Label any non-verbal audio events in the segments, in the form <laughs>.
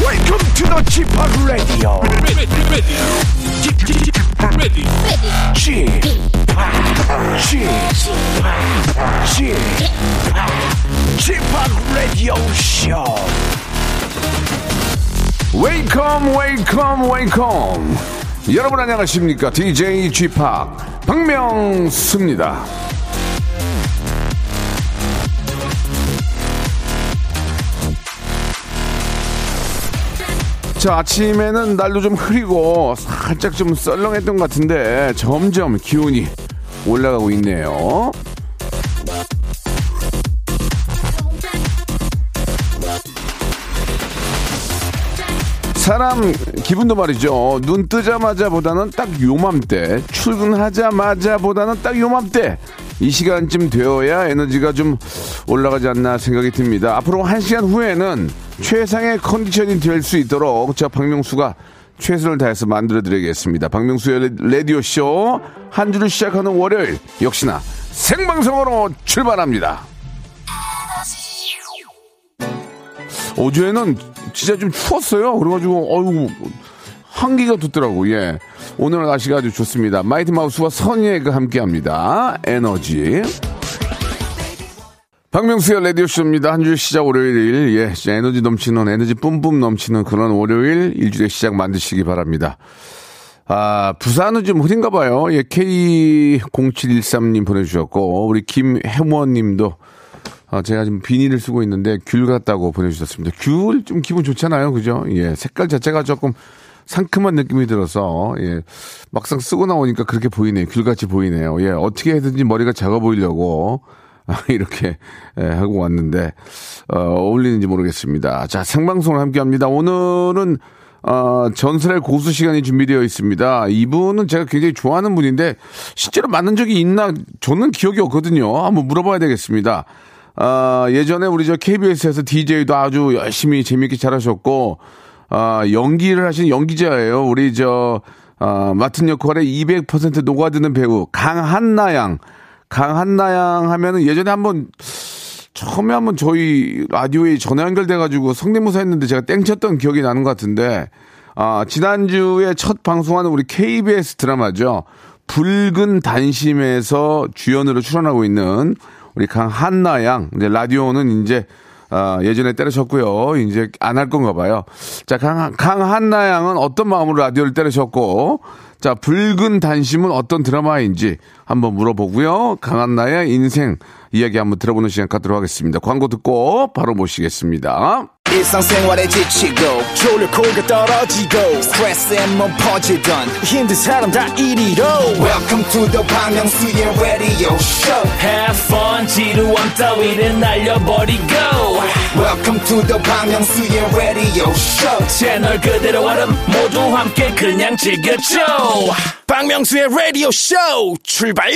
Welcome to the g p o p Radio. ready, ready, ready, ready, g p o p g p o p g p o p Radio Show. 웨이컴 웨이컴 웨이컴 여러분 안녕하십니까 DJ g p o 박명수입니다 자 아침에는 날도 좀 흐리고 살짝 좀 썰렁했던 것 같은데 점점 기온이 올라가고 있네요 사람 기분도 말이죠. 눈 뜨자마자보다는 딱 요맘때, 출근하자마자보다는 딱 요맘때 이 시간쯤 되어야 에너지가 좀 올라가지 않나 생각이 듭니다. 앞으로 한 시간 후에는 최상의 컨디션이 될 수 있도록 저 박명수가 최선을 다해서 만들어 드리겠습니다. 박명수의 라디오 쇼한 주를 시작하는 월요일 역시나 생방송으로 출발합니다. 어제는 진짜 좀 추웠어요. 그래가지고 어유 한기가 돋더라고. 예. 오늘 날씨가 아주 좋습니다. 마이티 마우스와 선예가 함께합니다. 에너지. 박명수의 라디오쇼입니다. 한 주 시작 월요일, 예, 진짜 에너지 넘치는, 에너지 뿜뿜 넘치는 그런 월요일 일주일의 시작 만드시기 바랍니다. 아, 부산은 좀 흐린가 봐요. 예, K0713님 보내주셨고, 우리 김혜원님도 아, 제가 지금 비닐을 쓰고 있는데 귤 같다고 보내주셨습니다. 귤 좀 기분 좋잖아요. 그죠? 예. 색깔 자체가 조금 상큼한 느낌이 들어서, 예. 막상 쓰고 나오니까 그렇게 보이네요. 귤같이 보이네요. 예. 어떻게 해든지 머리가 작아 보이려고. 아, <laughs> 이렇게, 예, 하고 왔는데, 어, 어울리는지 모르겠습니다. 자, 생방송을 함께 합니다. 오늘은, 어, 전설의 고수 시간이 준비되어 있습니다. 이분은 제가 굉장히 좋아하는 분인데, 실제로 만난 적이 있나, 저는 기억이 없거든요. 한번 물어봐야 되겠습니다. 아, 예전에 우리 저 KBS에서 DJ도 아주 열심히 재밌게 잘하셨고, 아, 연기를 하신 연기자예요. 우리 저, 아, 맡은 역할에 200% 녹아드는 배우, 강한나 양. 강한나 양 하면은 예전에 한번 처음에 한번 저희 라디오에 전화 연결돼가지고 성대모사 했는데 제가 땡쳤던 기억이 나는 것 같은데, 아, 지난주에 첫 방송하는 우리 KBS 드라마죠. 붉은 단심에서 주연으로 출연하고 있는 우리 강한나 양. 이제 라디오는 이제, 아, 예전에 때려쳤고요. 이제 안 할 건가 봐요. 자, 강, 강한나 양은 어떤 마음으로 라디오를 때려쳤고, 자, 붉은 단심은 어떤 드라마인지 한번 물어보고요. 강한나의 인생 이야기 한번 들어보는 시간 갖도록 하겠습니다. 광고 듣고 바로 모시겠습니다. 일상생활에 지치고, 졸려 코가 떨어지고, 스트레스에 몸 퍼지던, 힘든 사람 다 이리로. welcome to the Bang Myung-soo's radio show Have fun, 지루한 따위를 날려버리고 welcome to the Bang Myung-soo's radio show 채널 그대로 얼음 모두 함께 그냥 즐겨줘 박명수의 라디오 쇼 출발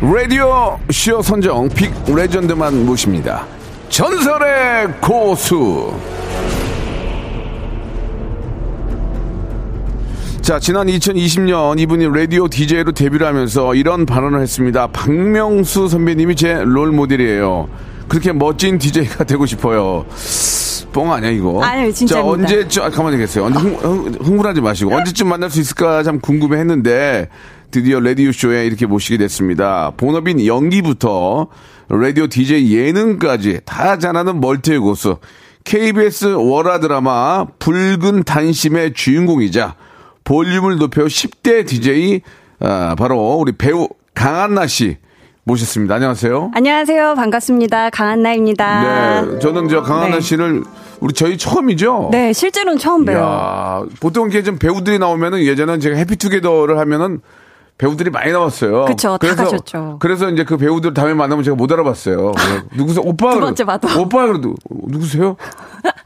라디오 쇼 선정 빅 레전드만 모십니다. 전설의 고수. 자, 지난 2020년 이분이 라디오 DJ로 데뷔를 하면서 이런 발언을 했습니다. 박명수 선배님이 제 롤 모델이에요. 그렇게 멋진 DJ가 되고 싶어요. 뻥 아니야, 이거? 아니에요, 진짜입니다. 자, 언제, 아, 가만히 계세요. 언제 흥, 흥- 흥분하지 마시고. 언제쯤 만날 수 있을까 참 궁금해 했는데, 드디어 라디오쇼에 이렇게 모시게 됐습니다. 본업인 연기부터 라디오 DJ 예능까지 다 잘하는 멀티의 고수. KBS 월화 드라마 붉은 단심의 주인공이자 볼륨을 높여 10대 DJ 아, 바로 우리 배우 강한나 씨 모셨습니다. 안녕하세요. 안녕하세요. 반갑습니다. 강한나입니다. 네, 저는 저 강한나 네. 씨를 우리 저희 처음이죠. 네, 실제로는 처음 봬요. 야 보통 이게 좀 배우들이 나오면은 예전엔 제가 해피투게더를 하면은 배우들이 많이 나왔어요. 그쵸, 다 그래서- 가셨죠. 그래서 이제 그 배우들 다음에 만나면 제가 못 알아봤어요. <laughs> 예. 누구세요? 오빠. 두 그러- 번째 봐도. 오빠 그래도 누구세요?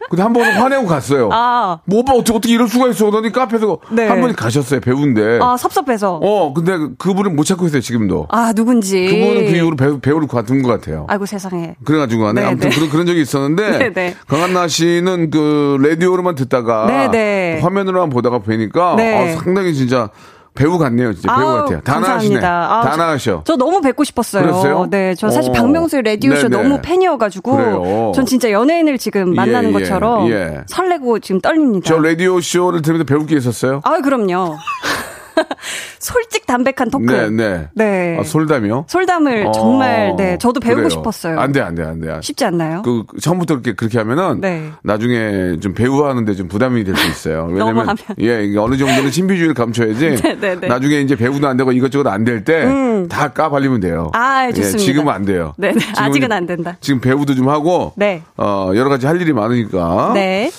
근데 한 번은 화내고 갔어요. 아. 뭐 오빠 어떻게 어떻게 이럴 수가 있어? 그러더니 카페에서 네. 한 분이 가셨어요. 배우인데. 아, 섭섭해서. 네. 어, 근데 그분을 못 찾고 있어요, 지금도. 아, 누군지. 그분은 그 이후로 배우, 배우를 관둔 것 같아요. 아이고, 세상에. 그래가지고 간에 네, 아무튼 네. 그런, 그런 적이 있었는데 <laughs> 네, 네. 강한나 씨는 그 라디오로만 듣다가 네, 네. 화면으로만 보다가 뵈니까 네. 아, 상당히 진짜 배우 같네요. 진짜 배우 아우, 같아요. 다 나가시네. 감사합니다. 아우, 다 저- 나가셔. 저 너무 뵙고 싶었어요. 그랬어요? 네, 저 사실 어. 박명수의 라디오쇼 네네. 너무 팬이어가지고 그래요. 전 진짜 연예인을 지금 만나는 예, 것처럼 예. 설레고 지금 떨립니다. 저 라디오 쇼를 들으면서 배울 게 있었어요? 아, 그럼요. <laughs> 솔직 담백한 토크. 네, 네. 네. 아, 솔담이요? 솔담을 어, 정말 네 저도 배우고 그래요. 싶었어요. 안 돼, 안 돼, 안 돼. 쉽지 않나요? 그 처음부터 그렇게 그렇게 하면은 어? 네. 나중에 좀 배우하는데 좀 부담이 될 수 있어요. <laughs> 너무 왜냐면 하면. 예 이게 어느 정도는 신비주의를 감춰야지 <laughs> 네, 네, 네. 나중에 이제 배우도 안 되고 이것저것 안 될 때 다 까발리면 돼요. 아, 예, 좋습니다. 지금은 안 돼요. 네, 네. 지금은 아직은 이제- 안 된다. 지금 배우도 좀 하고 네. 어 여러 가지 할 일이 많으니까 네.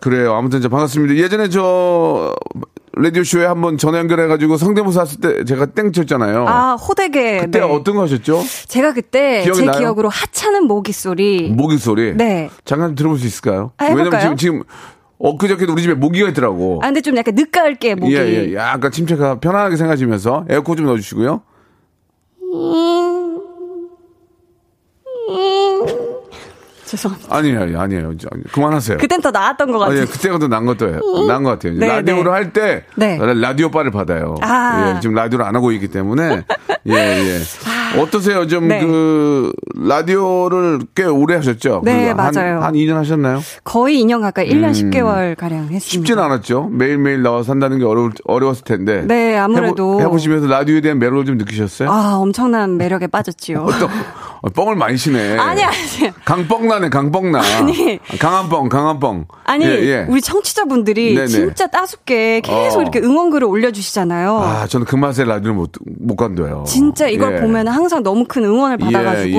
그래요. 아무튼 저 반갑습니다. 예전에 저 라디오 쇼에 한번 전화 연결해 가지고 성대모사 했을 때 제가 땡 쳤잖아요. 아 호되게. 어. 그때 네. 어떤 거 하셨죠? 제가 그때 기억이 제 나요? 뭐? 기억으로 하찮은 모기 소리. 모기 소리. 네. 잠깐 들어볼 수 있을까요? 아, 해볼까요? 왜냐면 지금 지금 엊그저께도 우리 집에 모기가 있더라고. 아 근데 좀 약간 늦가을게 모기. 예, 예. 약간 침착하 편안하게 생각하시면서 에어컨 좀 넣어주시고요. 죄송합니다. 아니에요, 아니에요, 아니에요. 저, 그만하세요. 그땐 더 나았던 것 아, 같아요. 예, 그때가 더 난 것도 난것 같아요. 이제 네, 라디오를 네. 할 때 네. 라디오 바를 받아요. 아. 예, 지금 라디오를 안 하고 있기 <laughs> 때문에 예, 예. 어떠세요? 네. 좀 그 라디오를 꽤 오래 하셨죠? 네, 그 한, 맞아요. 한 2년 하셨나요? 거의 2년 가까이 1년 10개월 가량 했습니다. 음. 쉽진 않았죠. 매일매일 나와서 한다는 게 어려울, 어려웠을 텐데. 음. 네, 아무래도. 해보, 시면서 라디오에 대한 매력을 좀 느끼셨어요? 아 엄청난 매력에 빠졌지요. 또, 어, 뻥을 많이 치네. 아니 아니 강뻥나네, 강뻥나. <laughs> 아니. 강한뻥, 강한뻥. 아니 예, 예. 우리 청취자분들이 네네. 진짜 따숩게 계속 어. 이렇게 응원글을 올려주시잖아요. 아, 저는 그 맛에 라디오를 못, 못 간대요. 진짜 이걸 예. 보면 항상 너무 큰 응원을 받아가지고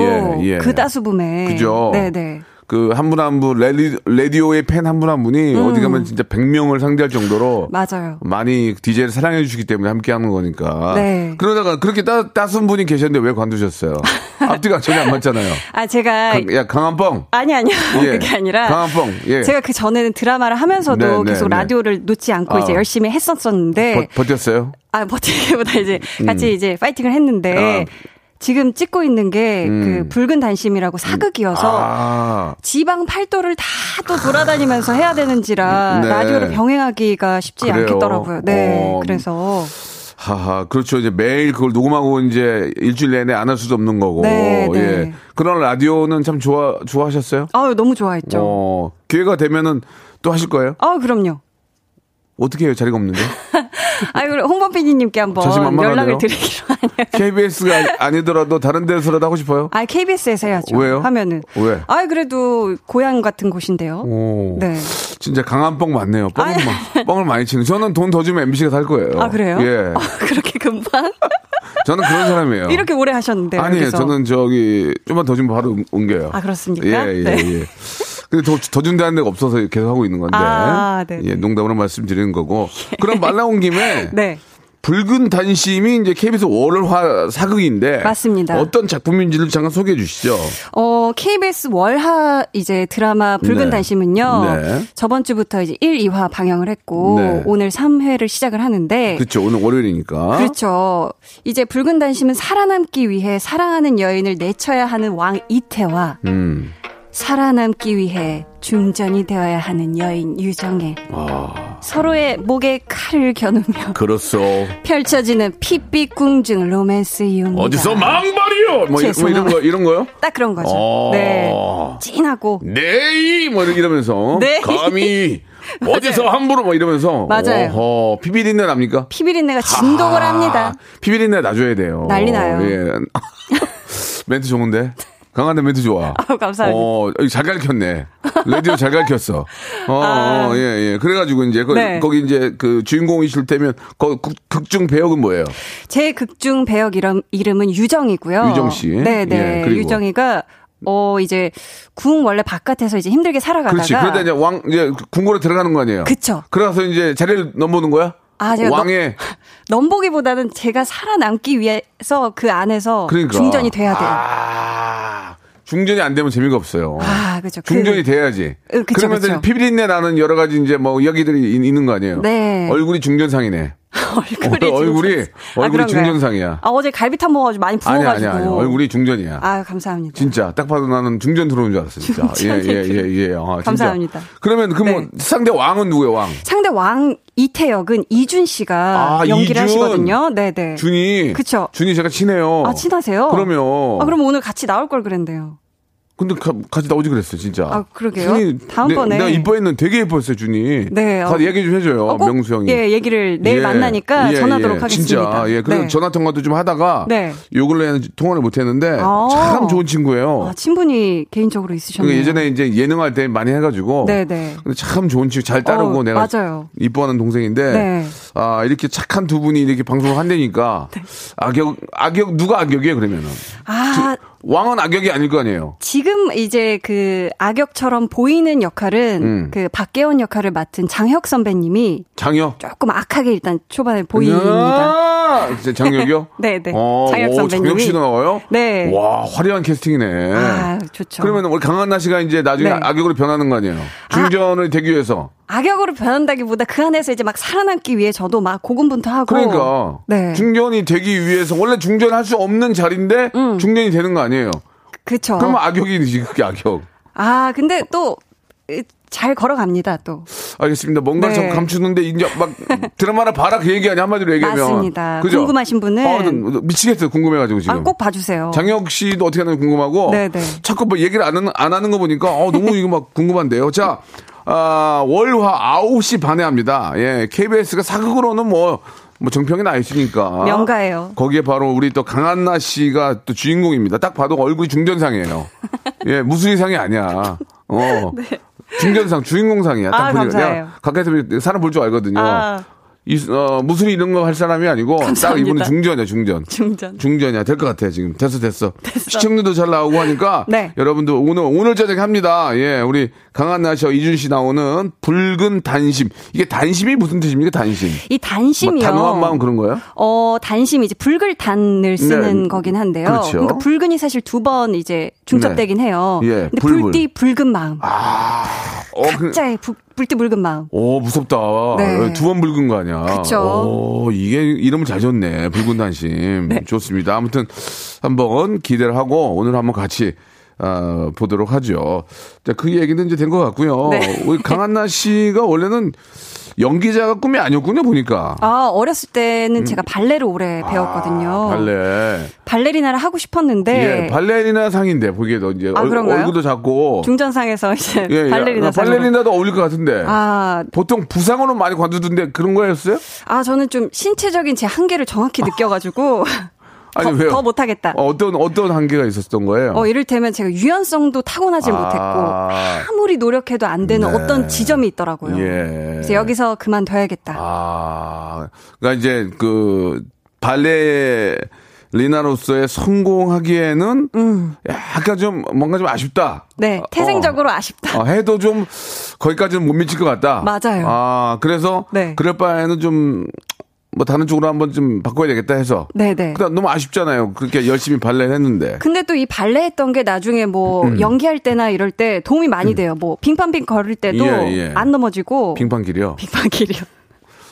예, 예, 예. 그 따수붐에 그죠? 네네. 그, 한 분 한 분, 레디, 레디오의 팬 한 분 한 분이 어디 가면 진짜 100명을 상대할 정도로. 음. 음. 맞아요. 많이 DJ를 사랑해 주시기 때문에 함께 하는 거니까. 네. 그러다가 그렇게 따, 따순 분이 계셨는데 왜 <laughs> 관두셨어요? 앞뒤가 전혀 안 맞잖아요. 아 제가 강- 야, 강한뻥. 아니 아니요 예. <laughs> 그게 아니라 강한뻥, 예. 제가 그 전에는 드라마를 네, 하면서도 네, 계속 네. 라디오를 놓지 않고 아. 이제 열심히 했었었는데 버- 음. 버텼어요? 아 버티기보다 이제 같이 이제 파이팅을 했는데 아. 지금 찍고 있는 게 그 붉은 단심이라고 사극이어서 음. 아. 지방 팔도를 다 또 돌아다니면서 해야 되는지라 네. 라디오를 병행하기가 쉽지 그래요? 않겠더라고요. 네, 어. 그래서 하하, 그렇죠. 이제 매일 그걸 녹음하고 이제 일주일 내내 안 할 수도 없는 거고. 네, 네. 예. 그런 라디오는 참 좋아, 좋아하셨어요? 아유 너무 좋아했죠. 어, 기회가 되면은 또 하실 거예요? 아 그럼요. 어떻게 해요? 자리가 <laughs> 없는데? 아유 우리 홍범 PD님께 한번 자신만만하네요. 연락을 드리기로 하네요. KBS가 아니더라도 다른 데서라도 하고 싶어요? 아 KBS에서 해야죠. 왜요? 하면은 왜? 아 그래도 고향 같은 곳인데요. 오. 네. 진짜 강한 뻥 맞네요. 뻥을, 아니. 마- 뻥을 많이 치는. 저는 돈 더 주면 MBC가 살 거예요. 아 그래요? 예. 아, 그렇게 금방 저는 <laughs> 그런 사람이에요. 이렇게 오래 하셨는데 아니에요. 여기서. 저는 저기 좀만 더 주면 바로 음, 옮- 옮겨요. 아, 그렇습니까? 예, 예, 네. 예. 근데 더, 더 준다는 데가 없어서 계속 하고 있는 건데. 아, 네. 예. 예, 농담으로 말씀드리는 거고. 그럼 말 나온 김에 <laughs> 네. 붉은 단심이 이제 KBS 월화 사극인데 맞습니다. 어떤 작품인지를 잠깐 소개해 주시죠. 어, KBS 월하 이제 드라마 붉은 네. 단심은요. 네. 저번 주부터 이제 1, 2화 방영을 했고 네. 오늘 3회를 시작을 하는데 그렇죠. 오늘 월요일이니까. 그렇죠. 이제 붉은 단심은 살아남기 위해 사랑하는 여인을 내쳐야 하는 왕 이태와 음. 살아남기 위해 중전이 되어야 하는 여인 유정의 아, 서로의 목에 칼을 겨누며 그렇소. 펼쳐지는 핏빛 궁중 로맨스 이유입니다. 어디서 망발이요? 뭐, 이- 뭐 이런 죄송합니다. 거 이런 거요? 딱 그런 거죠. 어. 네. 진하고 네이 뭐 이렇게 이러면서 <laughs> 네. <laughs> 감히 어디서 함부로 뭐 이러면서 맞아요. 어허, 피비린내 납니까? 피비린내가 진동을 아. 합니다. <laughs> 피비린내 놔줘야 돼요. 난리 나요. 예. <laughs> 멘트 좋은데. 강한데 멘트 좋아. 아우, 감사합니다. 어, 여기 잘 가르쳤네. 라디오 잘 가르쳤어. 어, 어, 예, 예. 그래가지고 이제, 거, 아. 네. 거기 이제 그 주인공이실 때면, 거, 극- 극중 배역은 뭐예요? 제 극중 배역 이름, 이름은 유정이고요. 유정 씨. 네네. 예, 그리고. 유정이가 어 이제 궁 원래 바깥에서 이제 힘들게 살아가다가 그렇지. 그러다 이제 왕, 이제 궁궐에 들어가는 거 아니에요? 그쵸. 그래서 이제 자리를 넘보는 거야? 아, 제가 왕의 넘, 넘보기보다는 제가 살아남기 위해서 그 안에서 그러니까. 중전이 돼야 돼요. 아, 아, 중전이 안 되면 재미가 없어요. 그죠. 그- 중전이 돼야지. 응, 그쵸, 그러면 그쵸. 피비린내 나는 여러 가지 이제 뭐 이야기들이 있- 있는 거 아니에요? 네. 얼굴이 중전상이네. <laughs> 얼굴이 어, 얼굴이- 얼굴이 아, 그런가요? 중전상이야. 아, 어제 갈비탕 먹어가지고 많이 아니 부어가지고. 아니 아니. 얼굴이 중전이야. 아, 감사합니다. 진짜 딱 봐도 나는 중전 들어온 줄 알았어 진짜. 중전 예예예 예. 예. 아, 진짜. 감사합니다. 그러면 그 뭐 네. 상대 왕은 누구예요, 왕? 상대 왕 이태역은 이준 씨가 아, 이준. 연기를 하시거든요. 네네. 준이. 그쵸. 준이 제가 친해요. 아, 친하세요? 그럼요. 아, 그럼 오늘 같이 나올 걸 그랬는데요. 근데 가, 같이 나오지 그랬어 진짜. 아, 그러게요. 준이, 다음번에. 내, 가 이뻐했는 되게 예뻤어요 준이. 네, 어. 다 얘기 좀 해줘요 어, 꼭, 명수 형이. 예, 얘기를 내일 예, 만나니까 예, 전하도록 예. 하겠습니다. 진짜 예. 그래서 네. 전화 통화도 좀 하다가 네. 요 근래에는 통화를 못 했는데 아. 참 좋은 친구예요. 아, 친분이 개인적으로 그러니까 있으셨네요. 예전에 이제 예능할 때 많이 해가지고. 네네. 근데 참 좋은 친구 잘 따르고 어, 내가 맞아요. 이뻐하는 동생인데 네. 아 이렇게 착한 두 분이 이렇게 방송을 한다니까 <laughs> 악역 악역 누가 악역이에요 그러면은 아, 왕은 악역이 아닐 거 아니에요 지금 이제 그 악역처럼 보이는 역할은 음. 그 박계원 역할을 맡은 장혁 선배님이 장혁 조금 악하게 일단 초반에 보입니다. 야! 아! 진짜 장혁이요? <laughs> 네, 네. 어, 장혁 오, 선배님이. 장혁 씨도 나와요? 네. 와, 화려한 캐스팅이네. 아, 예. 좋죠. 그러면 우리 강한나 씨가 이제 나중에 네. 악역으로 변하는 거 아니에요? 중전을 되기 위해서. 악역으로 변한다기보다 그 안에서 이제 막 살아남기 위해 저도 막 고군분투하고 그러니까 네. 중전이 되기 위해서 원래 중전을 할 수 없는 자리인데 음. 중전이 되는 거 아니에요? 그쵸. 그러면 악역이지 그게 악역. 아, 근데 또 잘 걸어갑니다, 또. 알겠습니다. 뭔가 네. 좀 감추는데 이제 막 드라마나 봐라 그 얘기 아니 한마디로 얘기하면 맞습니다. 그죠? 궁금하신 분은 아, 나 미치겠어요. 궁금해가지고 지금. 아, 꼭 봐주세요. 장혁 씨도 어떻게 하는지 궁금하고 네네. 자꾸 뭐 얘기를 안 하는, 안 하는 거 보니까 어, 너무 이거 막 궁금한데요. 자, 아, 월화 9시 반에 합니다. 예, KBS가 사극으로는 뭐, 뭐 정평이 나 있으니까. 명가예요. 거기에 바로 우리 또 강한나 씨가 또 주인공입니다. 딱 봐도 얼굴이 중전상이에요. 예, 무술이상이 아니야. <laughs> 어. 중전상, 주인공상이야. 딱 네. 아, 보니까. 감사해요. 내가 가까이서 사람 볼 줄 알거든요. 아. 이, 어, 무술이 이런 거 할 사람이 아니고 딱 감사합니다. 이분은 중전이야, 중전. 중전. 중전이야 될 것 같아 지금 됐어 됐어, 시청률도 잘 나오고 하니까 <laughs> 네. 여러분들 오늘 오늘 저녁에 합니다 예 우리 강한나 씨와 이준 씨 나오는 붉은 단심 이게 단심이 무슨 뜻입니까 단심 이 뭐 단심이요. 단호한 마음 그런 거예요 어, 단심이 이제 붉을 단을 쓰는 네. 거긴 한데요. 그렇죠. 러니까 붉은이 사실 두 번 이제 중첩되긴 해요. 예, 근데 불불. 아, 불띠 붉은 마음. 어, 그, 각자의 부- 불띠 붉은 마음. 오 무섭다 어, 네. 두 번 붉은 거 아니야 그쵸. 오 이게 이름을 잘 줬네 붉은 단심 네. 좋습니다 아무튼 한번 기대를 하고 오늘 한번 같이 아, 보도록 하죠. 자, 그 얘기는 이제 된 것 같고요. 네. 우리 강한나 씨가 원래는 연기자가 꿈이 아니었군요, 보니까. 아, 어렸을 때는 제가 발레를 오래 배웠거든요. 음. 아, 발레. 발레리나를 하고 싶었는데 예, 발레리나 상인데, 보기에도 이제 네. 아, 얼, 그런가요? 굴도 작고. 중전상에서 <laughs> 이제 예, 예. 발레리나 상으로. 발레리나도 어울릴 것 같은데. 아, 보통 부상으로 많이 관두던데 그런 거였어요? 아 저는 좀 신체적인 제 한계를 정확히 느껴가지고 아니, <laughs> 더, 왜요? 더 못하겠다. 어, 어떤, 어떤 한계가 있었던 거예요? 아. 어, 이를테면 제가 유연성도 타고나질 아. 못했고 아무리 노력해도 안 되는 네. 어떤 지점이 있더라고요. 예. 그래서 여기서 그만둬야겠다. 아, 그러니까 이제 그 발레리나로서의 성공하기에는 약간 좀 뭔가 좀 아쉽다. 음. 네, 어, 태생적으로 아쉽다. 어, 해도 좀 거기까지는 못 미칠 것 같다. 맞아요. 아, 그래서 네. 그럴 바에는 좀 뭐 다른 쪽으로 한번 좀 바꿔야 되겠다 해서. <laughs> 네네. 그 그다음 너무 아쉽잖아요. 그렇게 열심히 발레를 했는데. 근데 또 이 발레 했던 게 나중에 뭐 음. 연기할 때나 이럴 때 도움이 많이 돼요. 뭐 빙판빙 걸을 때도 예, 예. 안 넘어지고 빙판길이요. 어. 빙판길이요.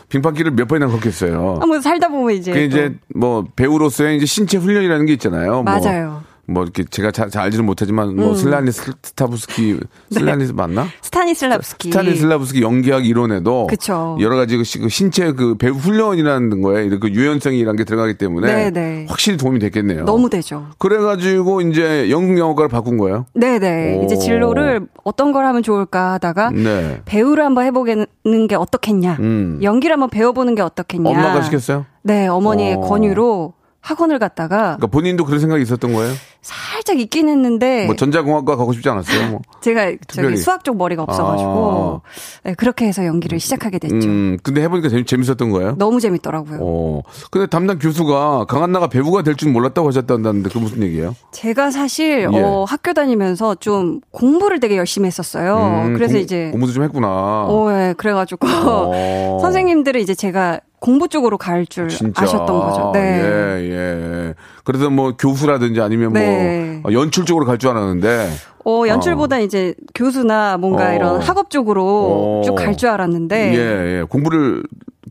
빙판길을 몇 번이나 걷겠어요. 아, 뭐 살다 보면 이제 그 이제 뭐 배우로서의 이제 신체 훈련이라는 게 있잖아요. 맞아요. 음. 뭐, 뭐 이렇게 제가 잘, 잘 알지는 못하지만 뭐 슬라니 <laughs> 네. 스타부스키 슬라니 맞나? 또 스타니슬랍스키 스타니슬라부스키 연기학 이론에도 그쵸. 여러 가지 그 시- 그 신체 그 배우 훈련이라는 거에 이렇게 그 유연성이라는 게 들어가기 때문에 네, 네. 확실히 도움이 됐겠네요. 너무 되죠. 그래가지고 이제 영국 영어과를 바꾼 거예요. 네네. 오. 이제 진로를 어떤 걸 하면 좋을까 하다가 네. 배우를 한번 해보는 게 어떻겠냐. 연기를 한번 배워보는 게 어떻겠냐. 음. 엄마가 시켰어요? 네, 어머니의 어. 권유로 학원을 갔다가 그러니까 본인도 그런 생각이 있었던 거예요? 살짝 있긴 했는데 뭐 전자공학과 가고 싶지 않았어요? 뭐. 제가 저기 특별히. 아. 수학 쪽 머리가 없어가지고 네, 그렇게 해서 연기를 시작하게 됐죠. 음, 근데 해보니까 재밌, 재밌었던 거예요? 너무 재밌더라고요. 어. 근데 담당 교수가 강한나가 배우가 될 줄 몰랐다고 하셨다는데 그 무슨 얘기예요? 제가 사실 예. 어, 학교 다니면서 좀 공부를 되게 열심히 했었어요. 음, 그래서 공- 이제 공부도 좀 했구나. <laughs> 어, 예, 그래가지고 어. 선생님들은 이제 제가 공부 쪽으로 갈 줄 진짜. 아셨던 거죠. 네. 예, 예. 그래서 뭐 교수라든지 아니면 네. 뭐 연출 쪽으로 갈 줄 알았는데. 어, 연출보다 이제 교수나 뭔가 어. 이런 학업 쪽으로 어. 쭉 갈 줄 알았는데 예, 예. 공부를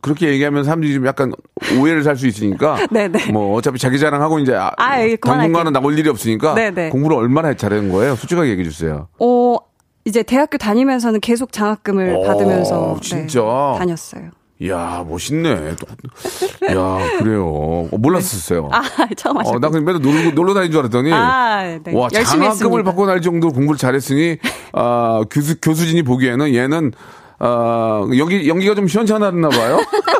그렇게 얘기하면 사람들이 좀 약간 오해를 살 수 있으니까. <laughs> 네, 네. 뭐 어차피 자기 자랑하고 이제 아, 아, 예, 그만할게요. 당분간은 나올 일이 없으니까. 네, 네. 공부를 얼마나 잘하는 거예요? 솔직하게 얘기해 주세요. 어, 이제 대학교 다니면서는 계속 장학금을 오, 받으면서 네, 어, 진짜? 다녔어요. 이야, 멋있네. 또- 이야, 그래요. 어, 몰랐었어요. 아, <laughs> 처음 어, 하셨고. 나 그냥 맨날 놀고, 놀러 다닌 줄 알았더니. 아, 네. 와, 열심히 장학금을 했습니다. 받고 날 정도로 공부를 잘했으니, 아, 교수, 교수진이 보기에는 얘는, 아, 연기, 연기가 좀 시원찮았나 봐요. <laughs>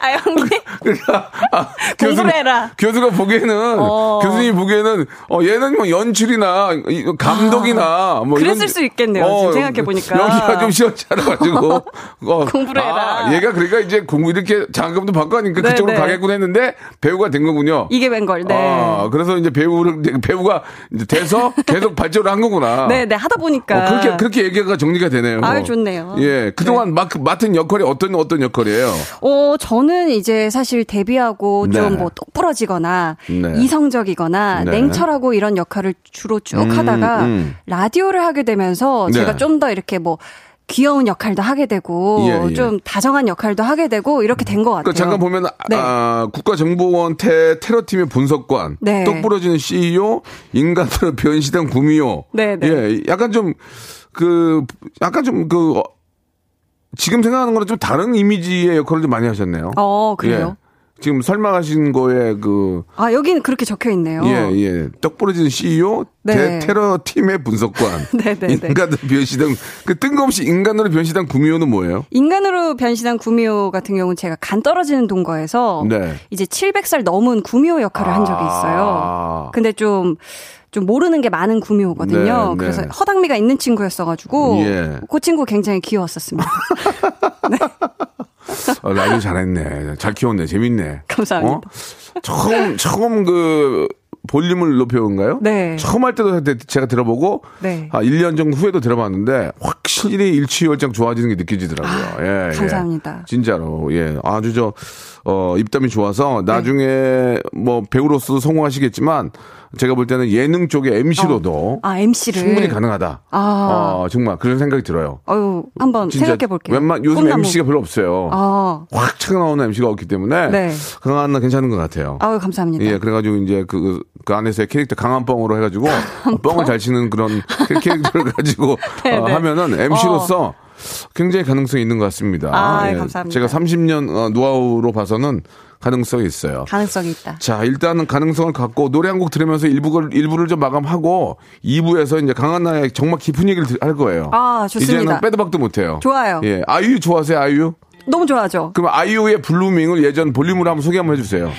아, 형님. 그러니까, <laughs> 아, 공부를 교수가- 해라. 교수가 보기에는, 어. 교수님이 보기에는, 어, 얘는 뭐 연출이나, 이- 감독이나, 뭐. 아, 어, 그랬을 수 있겠네요, 지금 생각해보니까. 연기가 좀 <laughs> 시원찮아가지고. 어, 공부를 아, 해라. 얘가 그러니까 이제 공부 이렇게 장학금도 받고 하니까 네, 그쪽으로 네. 가겠구나 했는데, 배우가 된 거군요. 이게 웬걸, 네. 아, 그래서 이제 배우를 이제 배우가 이제 <laughs> 돼서 계속 발전을 한 거구나. 네, 네, 하다 보니까. 어, 그렇게 그렇게 얘기가 정리가 되네요. 아유, 좋네요. 예, 그동안 막 맡은 역할이 어떤 어떤 역할이에요? 어, 저는 이제 사실 데뷔하고 좀 네. 뭐 똑부러지거나 네. 이성적이거나 네. 냉철하고 이런 역할을 주로 쭉 음, 하다가 음. 라디오를 하게 되면서 네. 제가 좀 더 이렇게 뭐 귀여운 역할도 하게 되고 예, 예. 좀 다정한 역할도 하게 되고 이렇게 된 것 같아요. 그 잠깐 보면 아, 네. 아, 국가정보원 테, 테러팀의 분석관, 네. 똑부러지는 CEO, 인간으로 <laughs> 변시된 구미호. 네, 네. 예, 약간 좀그 약간 좀 그 지금 생각하는 거랑 좀 다른 이미지의 역할을 좀 많이 하셨네요. 어, 그래요? 예. 지금 설명하신 거에 그 아, 여기는 그렇게 적혀 있네요. 예, 예. 떡부러진 CEO, 어. 네. 대 테러 팀의 분석관. <laughs> 네, 네, 네. 인간으로 변시된, 그 뜬금없이 인간으로 변시된 구미호는 뭐예요? 인간으로 변신한 구미호 같은 경우는 제가 간 떨어지는 동거에서 네. 이제 700살 넘은 구미호 역할을 한 적이 있어요. 아. 근데 좀, 좀 모르는 게 많은 구미호거든요. 네, 네. 그래서 허당미가 있는 친구였어가지고 예. 그 친구 <laughs> 굉장히 귀여웠었습니다. 어, 라디오 잘했네. 잘 키웠네. 재밌네. 감사합니다. 어? 처음, 처음 그, 볼륨을 높여온가요? 네. 처음 할 때도 그때 제가 들어보고, 네. 아, 1년 정도 후에도 들어봤는데, 확실히 일취월장 좋아지는 게 느껴지더라고요. 예, 예. 감사합니다. 진짜로, 예. 아주 저, 어, 입담이 좋아서, 나중에 네. 뭐, 배우로서도 성공하시겠지만, 제가 볼 때는 예능 쪽의 MC로도 아 MC를 충분히 가능하다. 아. 어, 정말 그런 생각이 들어요. 어유 한번 진짜 생각해 볼게요. 웬만, 요즘 MC가 별로 없어요. 아, 확 차가 나오는 MC가 없기 때문에 네. 강한 나 괜찮은 것 같아요. 아유 감사합니다. 예, 그래가지고 이제 그, 그 안에서의 캐릭터 강한 뻥으로 해가지고 뻥을 잘 치는 그런 캐- 캐릭터를 가지고 <laughs> 네, 어, 네. 하면은 MC로서 굉장히 가능성이 있는 것 같습니다. 예, 아, 감사합니다. 제가 30년 어, 노하우로 봐서는 가능성이 있어요. 가능성이 있다. 자, 일단은 가능성을 갖고 노래 한 곡 들으면서 일부를, 일부를 좀 마감하고 2부에서 이제 강한 나의 정말 깊은 얘기를 들- 할 거예요. 아, 좋습니다. 이제는 빼도박도 못해요. 좋아요. 예. 아이유 좋아하세요, 아이유? 너무 좋아하죠. 그럼 아이유의 블루밍을 예전 볼륨으로 한번 소개 한번 해주세요.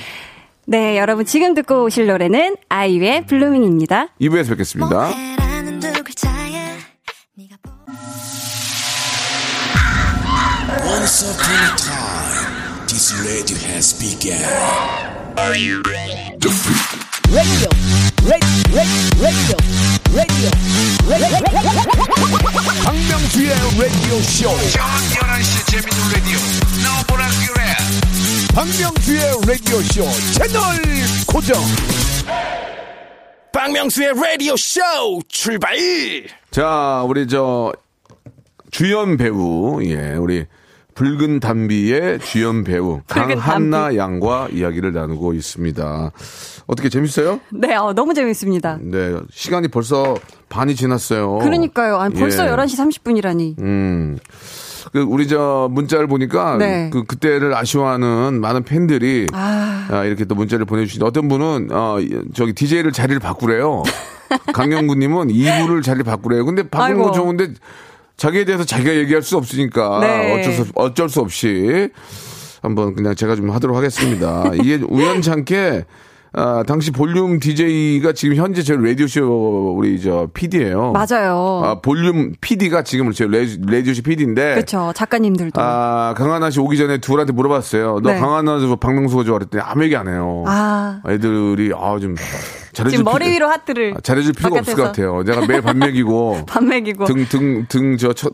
네 여러분 지금 듣고 오실 노래는 아이유의 블루밍입니다. 2부에서 뵙겠습니다. 네. 뭐해라는 두 글자에 네가 보- Once upon a time, this radio has begun. 박명수의 라디오 쇼. 박명수의 라디오 쇼 채널 고정. 박명수의 라디오 쇼 출발. 자, 우리 저 주연 배우, 예, 우리 붉은 담비의 주연 배우 <laughs> 붉은 강한나 양과 이야기를 나누고 있습니다. 어떻게 재밌어요? 네 어, 너무 재밌습니다. 네, 시간이 벌써 반이 지났어요. 그러니까요. 아니, 벌써 예. 11시 30분이라니. 음. 그 우리 저 문자를 보니까 네. 그 그때를 아쉬워하는 많은 팬들이 아. 아, 이렇게 또 문자를 보내주시는데 어떤 분은 어, 저기 DJ를 자리를 <laughs> 바꾸래요. 강영구님은 2부를 자리를 바꾸래요. 근데 바꾸는 건 아이고. 좋은데 자기에 대해서 자기가 얘기할 수 없으니까 네. 어쩔 수 없- 어쩔 수 없이 한번 그냥 제가 좀 하도록 하겠습니다. 이게 우연찮게 아, 당시 볼륨 DJ가 지금 현재 제 라디오쇼 우리 저 PD예요. 맞아요. 아, 볼륨 PD가 지금 제 레디- 레디오쇼 PD인데. 그렇죠. 작가님들도. 아, 아, 강하나 씨 오기 전에 둘한테 물어봤어요. 너 네. 강하나 씨 박명수가 좋아 그랬더니 아무 얘기 안 해요. 애들이, 아, 좀, 잘해줄 지금 머리 필요- 위로 하트를 아, 잘해줄 필요가 없을 것 바깥에서. 같아요. <laughs> 내가 매일 밥 먹이고, 밥 먹이고. 등, 등, 등, 저, 첫,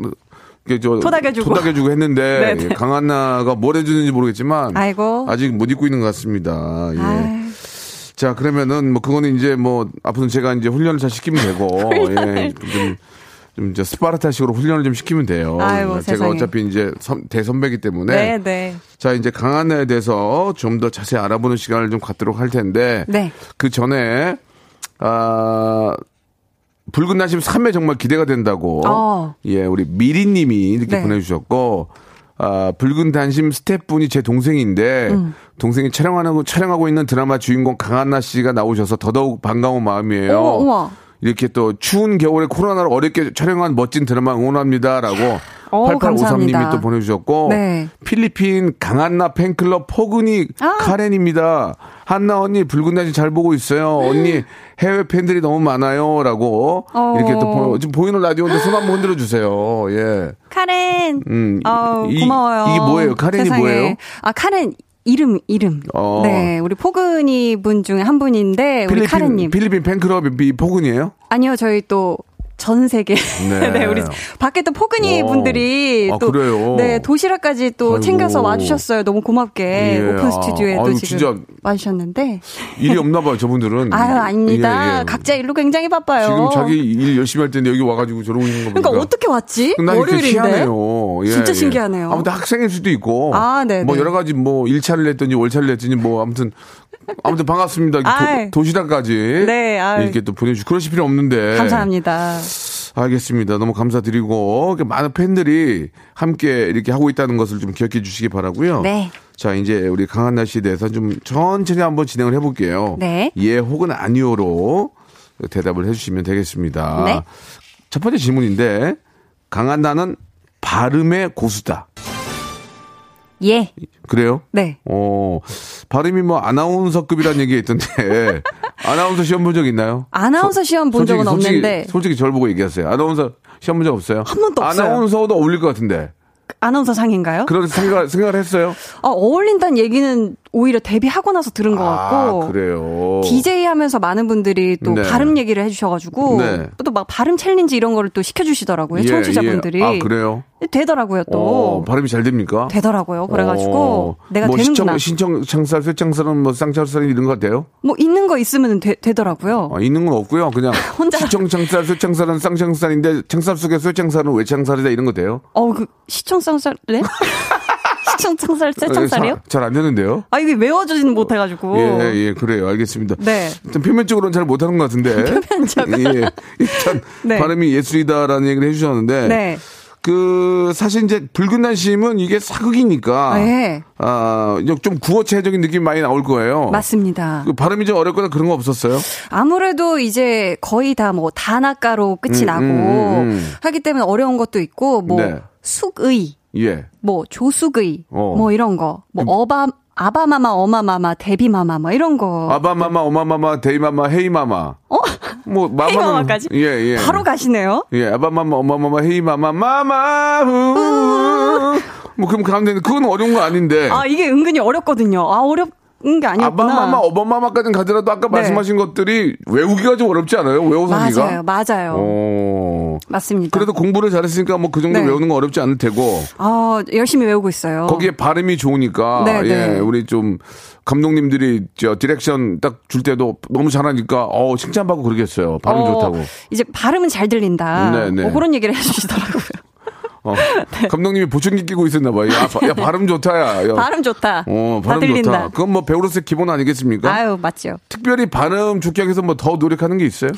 이렇게 저 토닥여주고. 토닥여주고 했는데 <laughs> 네네. 강한나가 뭘 해주는지 모르겠지만 아이고. 직못 입고 있는 것 같습니다. 예. 아유. 자 그러면은 뭐 그거는 이제 뭐 앞으로는 제가 이제 훈련을 잘 시키면 <laughs> 되고 예. 좀, 좀 이제 스파르타식으로 훈련을 좀 시키면 돼요. 아이고, 제가 세상에. 어차피 이제 선- 대선배기 때문에 네, 네. 자 이제 강한나에 대해서 좀 더 자세히 알아보는 시간을 좀 갖도록 할 텐데 네. 그 전에 아 붉은 날씨 3회 정말 기대가 된다고 어. 예 우리 미리님이 이렇게 네. 보내주셨고 아 붉은 단심 스태프분이 제 동생인데 음. 동생이 촬영하는 촬영하고 있는 드라마 주인공 강한나 씨가 나오셔서 더더욱 반가운 마음이에요. 어머, 어머. 이렇게 또 추운 겨울에 코로나로 어렵게 촬영한 멋진 드라마 응원합니다라고 어, 8853님이 감사합니다. 또 보내주셨고 네. 필리핀 강한나 팬클럽 포근이 아. 카렌입니다. 한나 언니 붉은 날씨 잘 보고 있어요. 언니 해외 팬들이 너무 많아요라고 어. 이렇게 또 보, 지금 보이는 라디오인데 손 한번 흔들어 주세요. 예. 카렌. 음, 어, 이- 고마워요. 이게 뭐예요? 카렌이 뭐예요? 아, 카렌 이름 이름. 어. 네, 우리 포근이 분 중에 한 분인데 우리 카렌 님. 필리핀 팬클럽이 이 포근이에요? 아니요, 저희 또 전 세계 네. <laughs> 네. 우리 밖에 또 포근이 오. 분들이 아, 또 그래요? 네, 도시락까지 또 아이고. 챙겨서 와 주셨어요. 너무 고맙게 예, 아. 오픈 스튜디오에도 아유, 지금 진짜. 와 주셨는데. 일이 없나 봐요, 저분들은. 아유, 아닙니다. 예, 예. 각자 일로 굉장히 바빠요. 음. 지금 자기 일 열심히 할 텐데 여기 와가지고 저러고 있는 거 보니까. 그러니까 어떻게 왔지? 난 이렇게 그 월요일인데. 희한해요. 예, 진짜 예. 신기하네요. 아무튼 학생일 수도 있고. 아, 네, 뭐 네. 여러 가지 뭐 일차를 냈든지 월차를 냈든지 뭐 아무튼 아무튼 반갑습니다. 아이. 도, 시락까지 네, 아이. 이렇게 또 보내주. 그러실 필요 없는데. 감사합니다. 알겠습니다. 너무 감사드리고 이렇게 많은 팬들이 함께 이렇게 하고 있다는 것을 좀 기억해 주시기 바라고요. 네. 자 이제 우리 강한나 씨에 대해서 좀 천천히 한번 진행을 해볼게요. 네. 예 혹은 아니오로 대답을 해주시면 되겠습니다. 네. 첫 번째 질문인데 강한나는 발음의 고수다. 예. 그래요? 네. 어 발음이 뭐 아나운서급이라는 얘기 있던데 <laughs> 아나운서 시험 본 적 있나요? 아나운서 시험 본 적은 솔직히, 없는데. 솔직히 저를 보고 얘기하세요. 아나운서 시험 본 적 없어요? 한 번도 없어요. 아나운서도 어울릴 것 같은데 아나운서 상인가요? 그런 생각 생각을 했어요? 어, 어울린다는 얘기는 오히려 데뷔하고 나서 들은 것 같고. 아 그래요. DJ 하면서 많은 분들이 또 네. 발음 얘기를 해주셔가지고 네. 또 막 발음 챌린지 이런 거를 또 시켜주시더라고요 예, 청취자분들이 예. 아 그래요? 되더라고요 또 어, 발음이 잘 됩니까? 되더라고요 어, 그래가지고 내가 뭐 되는구나 신청 신청창살, 쇠창살은 뭐 쌍창살이 이런 거 같아요? 뭐 있는 거 있으면 되, 되더라고요 아, 있는 건 없고요. 그냥 <laughs> 혼자. 시청창살, 쇠창살은 쌍창살인데 창살 속에 쇠창살은 외창살이다 이런 거 돼요? 어우 그 시청 쌍살 <laughs> 네? 시청 쌍살 쇠창살이요? 예, 잘 안 되는데요? 아 이게 외워주지는 못해가지고 네, 예, 예, 그래요. 알겠습니다. 네. 일단 표면적으로는 잘 못하는 것 같은데. <laughs> 표면적으로. 예. 일단 네. 발음이 예술이다라는 얘기를 해주셨는데. 네. 그 사실 이제 붉은 난심은 이게 사극이니까. 네. 아, 이제 좀 구어체적인 느낌 많이 나올 거예요. 맞습니다. 그 발음이 좀 어렵거나 그런 거 없었어요? 아무래도 이제 거의 다 뭐 단아가로 끝이 나고 음. 하기 때문에 어려운 것도 있고 뭐 네. 숙의 예. 뭐 조숙의 어. 뭐 이런 거뭐 어바 아바마마 어마마마 데비마마 뭐 이런 거 아바마마, 어마마마, 데이마마, 헤이마마. 어? 뭐 마마는 헤이마마까지? 예, 예. 바로 가시네요. 예, 아바마마, 어마마마, 헤이마마, 마마, 후. 뭐, 그럼 가면 되는데, 그건 어려운 거 아닌데. 아 이게 은근히 어렵거든요. 아 어렵은 게 아니었구나. 네. 아바마마, 어바마마까지는 가더라도 아까 네. 말씀하신 것들이 외우기가 좀 어렵지 않아요? 외워서 맞아요, 하기가? 맞아요. 오. 맞습니다. 그래도 공부를 잘했으니까 뭐 그 정도 네. 외우는 건 어렵지 않을 테고. 아 열심히 외우고 있어요. 거기에 발음이 좋으니까 네, 예 네. 우리 좀 감독님들이 저 디렉션 딱 줄 때도 너무 잘하니까 어 칭찬받고 그러겠어요 발음 어, 좋다고 이제 발음은 잘 들린다. 네, 네. 뭐 그런 얘기를 해주시더라고요. <laughs> 어, 감독님이 보충기 끼고 있었나 봐요 야, 바- 야, 발음 좋다야 야. 네. 발음 좋다. 어 다 발음 들린다. 좋다 그건 뭐 배우로서의 기본 아니겠습니까 아유 맞죠. 특별히 발음 좋게 하기 위해서 뭐 더 노력하는 게 있어요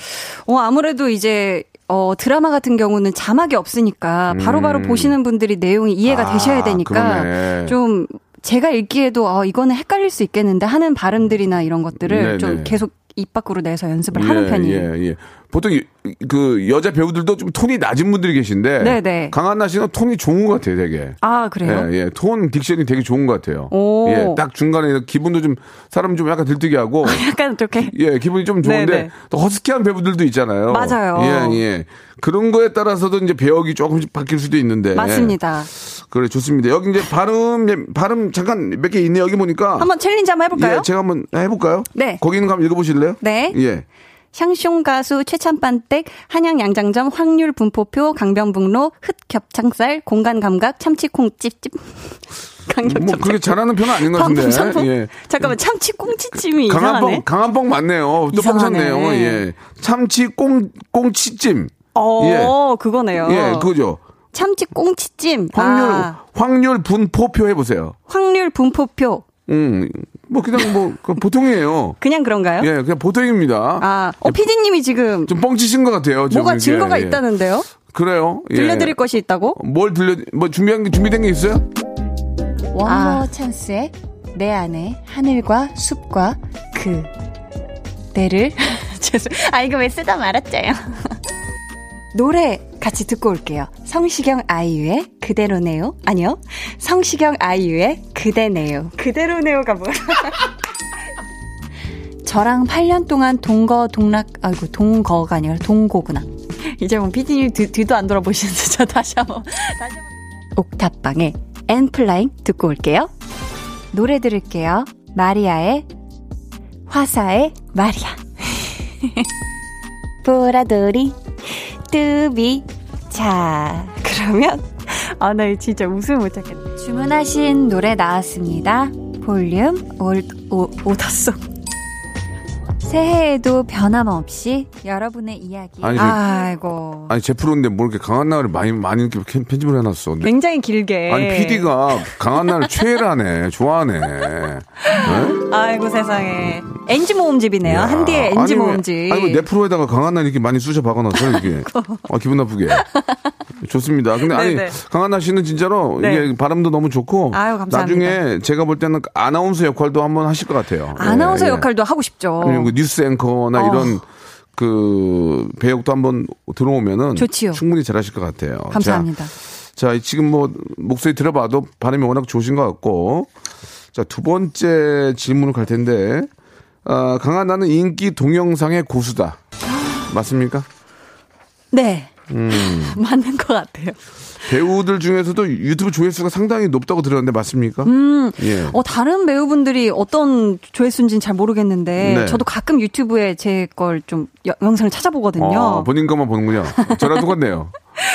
어, 아무래도 이제 어, 드라마 같은 경우는 자막이 없으니까 바로바로 보시는 분들이 내용이 이해가 음. 아, 되셔야 되니까 그러네. 좀 제가 읽기에도 어, 이거는 헷갈릴 수 있겠는데 하는 발음들이나 이런 것들을 네, 네. 좀 계속 입 밖으로 내서 연습을 하는 편이에요. 예, 예. 보통 이- 그 여자 배우들도 좀 톤이 낮은 분들이 계신데 네, 네. 강한나 씨는 톤이 좋은 것 같아요 되게 아 그래요? 예, 예. 톤 딕션이 되게 좋은 것 같아요. 오. 예, 딱 중간에 기분도 좀 사람 좀 약간 들뜨게 <laughs> 하고 <laughs> 약간 이렇게 예, 기분이 좀 좋은데 네, 네네. 또 허스키한 배우들도 있잖아요. 맞아요. 예, 예. 그런 거에 따라서도 이제 배역이 조금씩 바뀔 수도 있는데. 예. 맞습니다. 그래 좋습니다. 여기 이제 발음 예, 발음 잠깐 몇 개 있네 요 여기 보니까 한번 챌린지 한번 해볼까요? 예, 제가 한번 해볼까요? 네. 거기 있는 거 한번 읽어보실래요? 네. 예. 샹숑 가수 최찬반댁 한양 양장점 확률 분포표 강변북로 흑 겹창살 공간 감각 참치콩 찝찝 <laughs> 강력 뭐 그렇게 잘하는 편은 아닌 것 같은데. 방풍선풍 예. 잠깐만 참치 꽁치찜이 이상하네. 강한뽕 강한뽕 맞네요. 또 이상하네. 뽕쳤네요. 예. 참치 꽁 꽁치찜. 어 그거네요. 예, 그거죠. 참치 꽁치찜. 확률 아, 확률 분포표 해보세요. 확률 분포표 음, 뭐 그냥 뭐 <laughs> 그건 보통이에요. 그냥 그런가요? 예, 그냥 보통입니다. 아, 어, 피디님이 지금 좀 뻥치신 것 같아요. 지금 뭐가 이게. 증거가 예. 있다는데요? 그래요. 예. 들려드릴 것이 있다고? 뭘 들려? 뭐 준비한 게 준비된 게 있어요? 원모 아. 찬스의 내 안에 하늘과 숲과 그 <laughs> 때를 죄송 아 이거 왜 쓰다 말았죠요 노래 같이 듣고 올게요. 성시경 아이유의 그대로네요. 아니요. 성시경 아이유의 그대네요. 그대로네요가 뭐야? <laughs> 저랑 8년 동안 동거 동락 아이고 동거가 아니라 동거구나. 이제 뭐 피디님 뒤, 뒤도 안 돌아보시는데 저 다시 한번 다시 한번 옥탑방의 엔플라잉 듣고 올게요. 노래 들을게요. 마리아의 화사의 마리아. <laughs> 보라돌이 뚜비 자 그러면 아 나 진짜 웃음 못 참겠네 주문하신 노래 나왔습니다 볼륨 올, 오, 오더송 새해에도 변함없이 여러분의 이야기 아니, 그 저- 아이고 아니 제 프로인데 뭐 이렇게 강한 날을 많이 많이 이렇게 캔- 편집을 해놨어. 근데 굉장히 길게 아니 <laughs> PD가 강한 날을 최애라네. 좋아하네. 아이고 세상에 엔지 모음집이네요 야, 한디의 아니, 엔지 왜- 모음집 아니 뭐 왜내 프로에다가 강한 날 이렇게 많이 쑤셔 박아놨어요 <laughs> 이게. 아 기분 나쁘게. 좋습니다. 근데 아니 네네. 강한 날 씨는 진짜로 네. 이게 바람도 너무 좋고 아유, 감사합니다. 나중에 제가 볼 때는 아나운서 역할도 한번 하실 것 같아요. 아나운서 예, 예. 역할도 하고 싶죠 아니면 그 뉴스 앵커나 어. 이런 그 배역도 한번 들어오면은 좋지요. 충분히 잘하실 것 같아요. 감사합니다 자, 자, 지금 뭐 목소리 들어봐도 발음이 워낙 좋으신 것 같고 자 두 번째 질문을 갈 텐데 아, 강한 나는 인기 동영상의 고수다. 맞습니까? 네 음. <laughs> 맞는 것 같아요 배우들 중에서도 유튜브 조회수가 상당히 높다고 들었는데 맞습니까? 예. 어, 다른 배우분들이 어떤 조회수인지는 잘 모르겠는데, 네. 저도 가끔 유튜브에 제 걸 좀 영상을 찾아보거든요. 아, 본인 것만 보는군요. 저랑 똑같네요.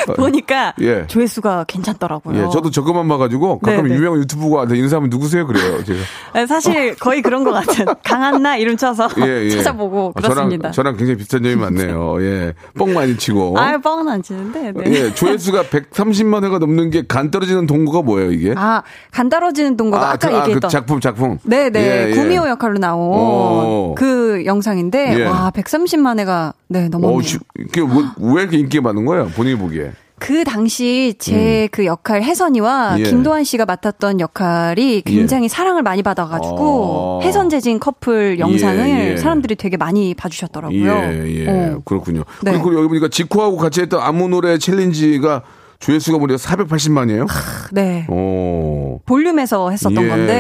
어, <laughs> 보니까 예. 조회수가 괜찮더라고요. 예, 저도 저것만 봐가지고 가끔 네네. 유명 유튜브가 인사하면 누구세요? 그래요. <laughs> 제가. 아, 사실 거의 그런 <laughs> 것 같아요. 강한나 이름 쳐서 어. 예, 예. 찾아보고 아, 그렇습니다. 저랑, 저랑 굉장히 비슷한 점이 많네요. 예. 뻥 많이 치고. 아유, 뻥은 안 치는데. 네. 예, 조회수가 <laughs> 130만 회가 넘는 게 간 떨어지는 동구가 뭐예요, 이게? 아, 간다러지는 동거가 아, 까 그, 그 얘기했던. 작품, 작품. 네네. 예, 예. 구미호 역할로 나온 오. 그 영상인데, 예. 와, 130만 회가, 네, 넘었네요. 어, 씨, 이게 뭐, 왜 이렇게 인기가 많은 거예요? 본인이 보기에. 그 당시 제 그 역할 혜선이와 음. 예. 김도환 씨가 맡았던 역할이 굉장히 사랑을 많이 받아가지고 어. 혜선 재진 커플 영상을 예, 예. 사람들이 되게 많이 봐주셨더라고요. 예, 예. 어. 그렇군요. 네. 그리고 여기 보니까 지코하고 같이 했던 아무 노래 챌린지가 조회수가 무려 480만이에요? 어. 네. 오. 볼륨에서 했었던 예, 건데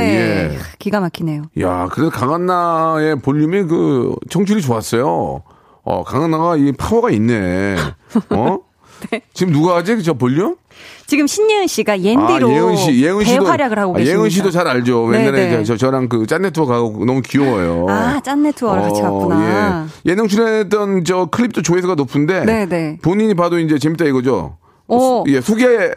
예. 기가 막히네요. 야, 그래도 강한나의 볼륨이 그 청출이 좋았어요. 어, 강한나가 이 파워가 있네. 어? <laughs> 네. 지금 누가 하지? 저 볼륨? 지금 신예은 씨가 옌디로 아, 예은 씨, 예은 씨도 대활약을 하고 아, 계십니다. 예은 씨도 잘 알죠. 네, 옛날에 네. 저, 저랑 그 짠내 투어 가고 너무 귀여워요. 아, 짠내 투어를 같이 갔구나. 예. 예능 출연했던 저 클립도 조회수가 높은데 네, 네. 본인이 봐도 이제 재밌다 이거죠. 어. 예, 소개할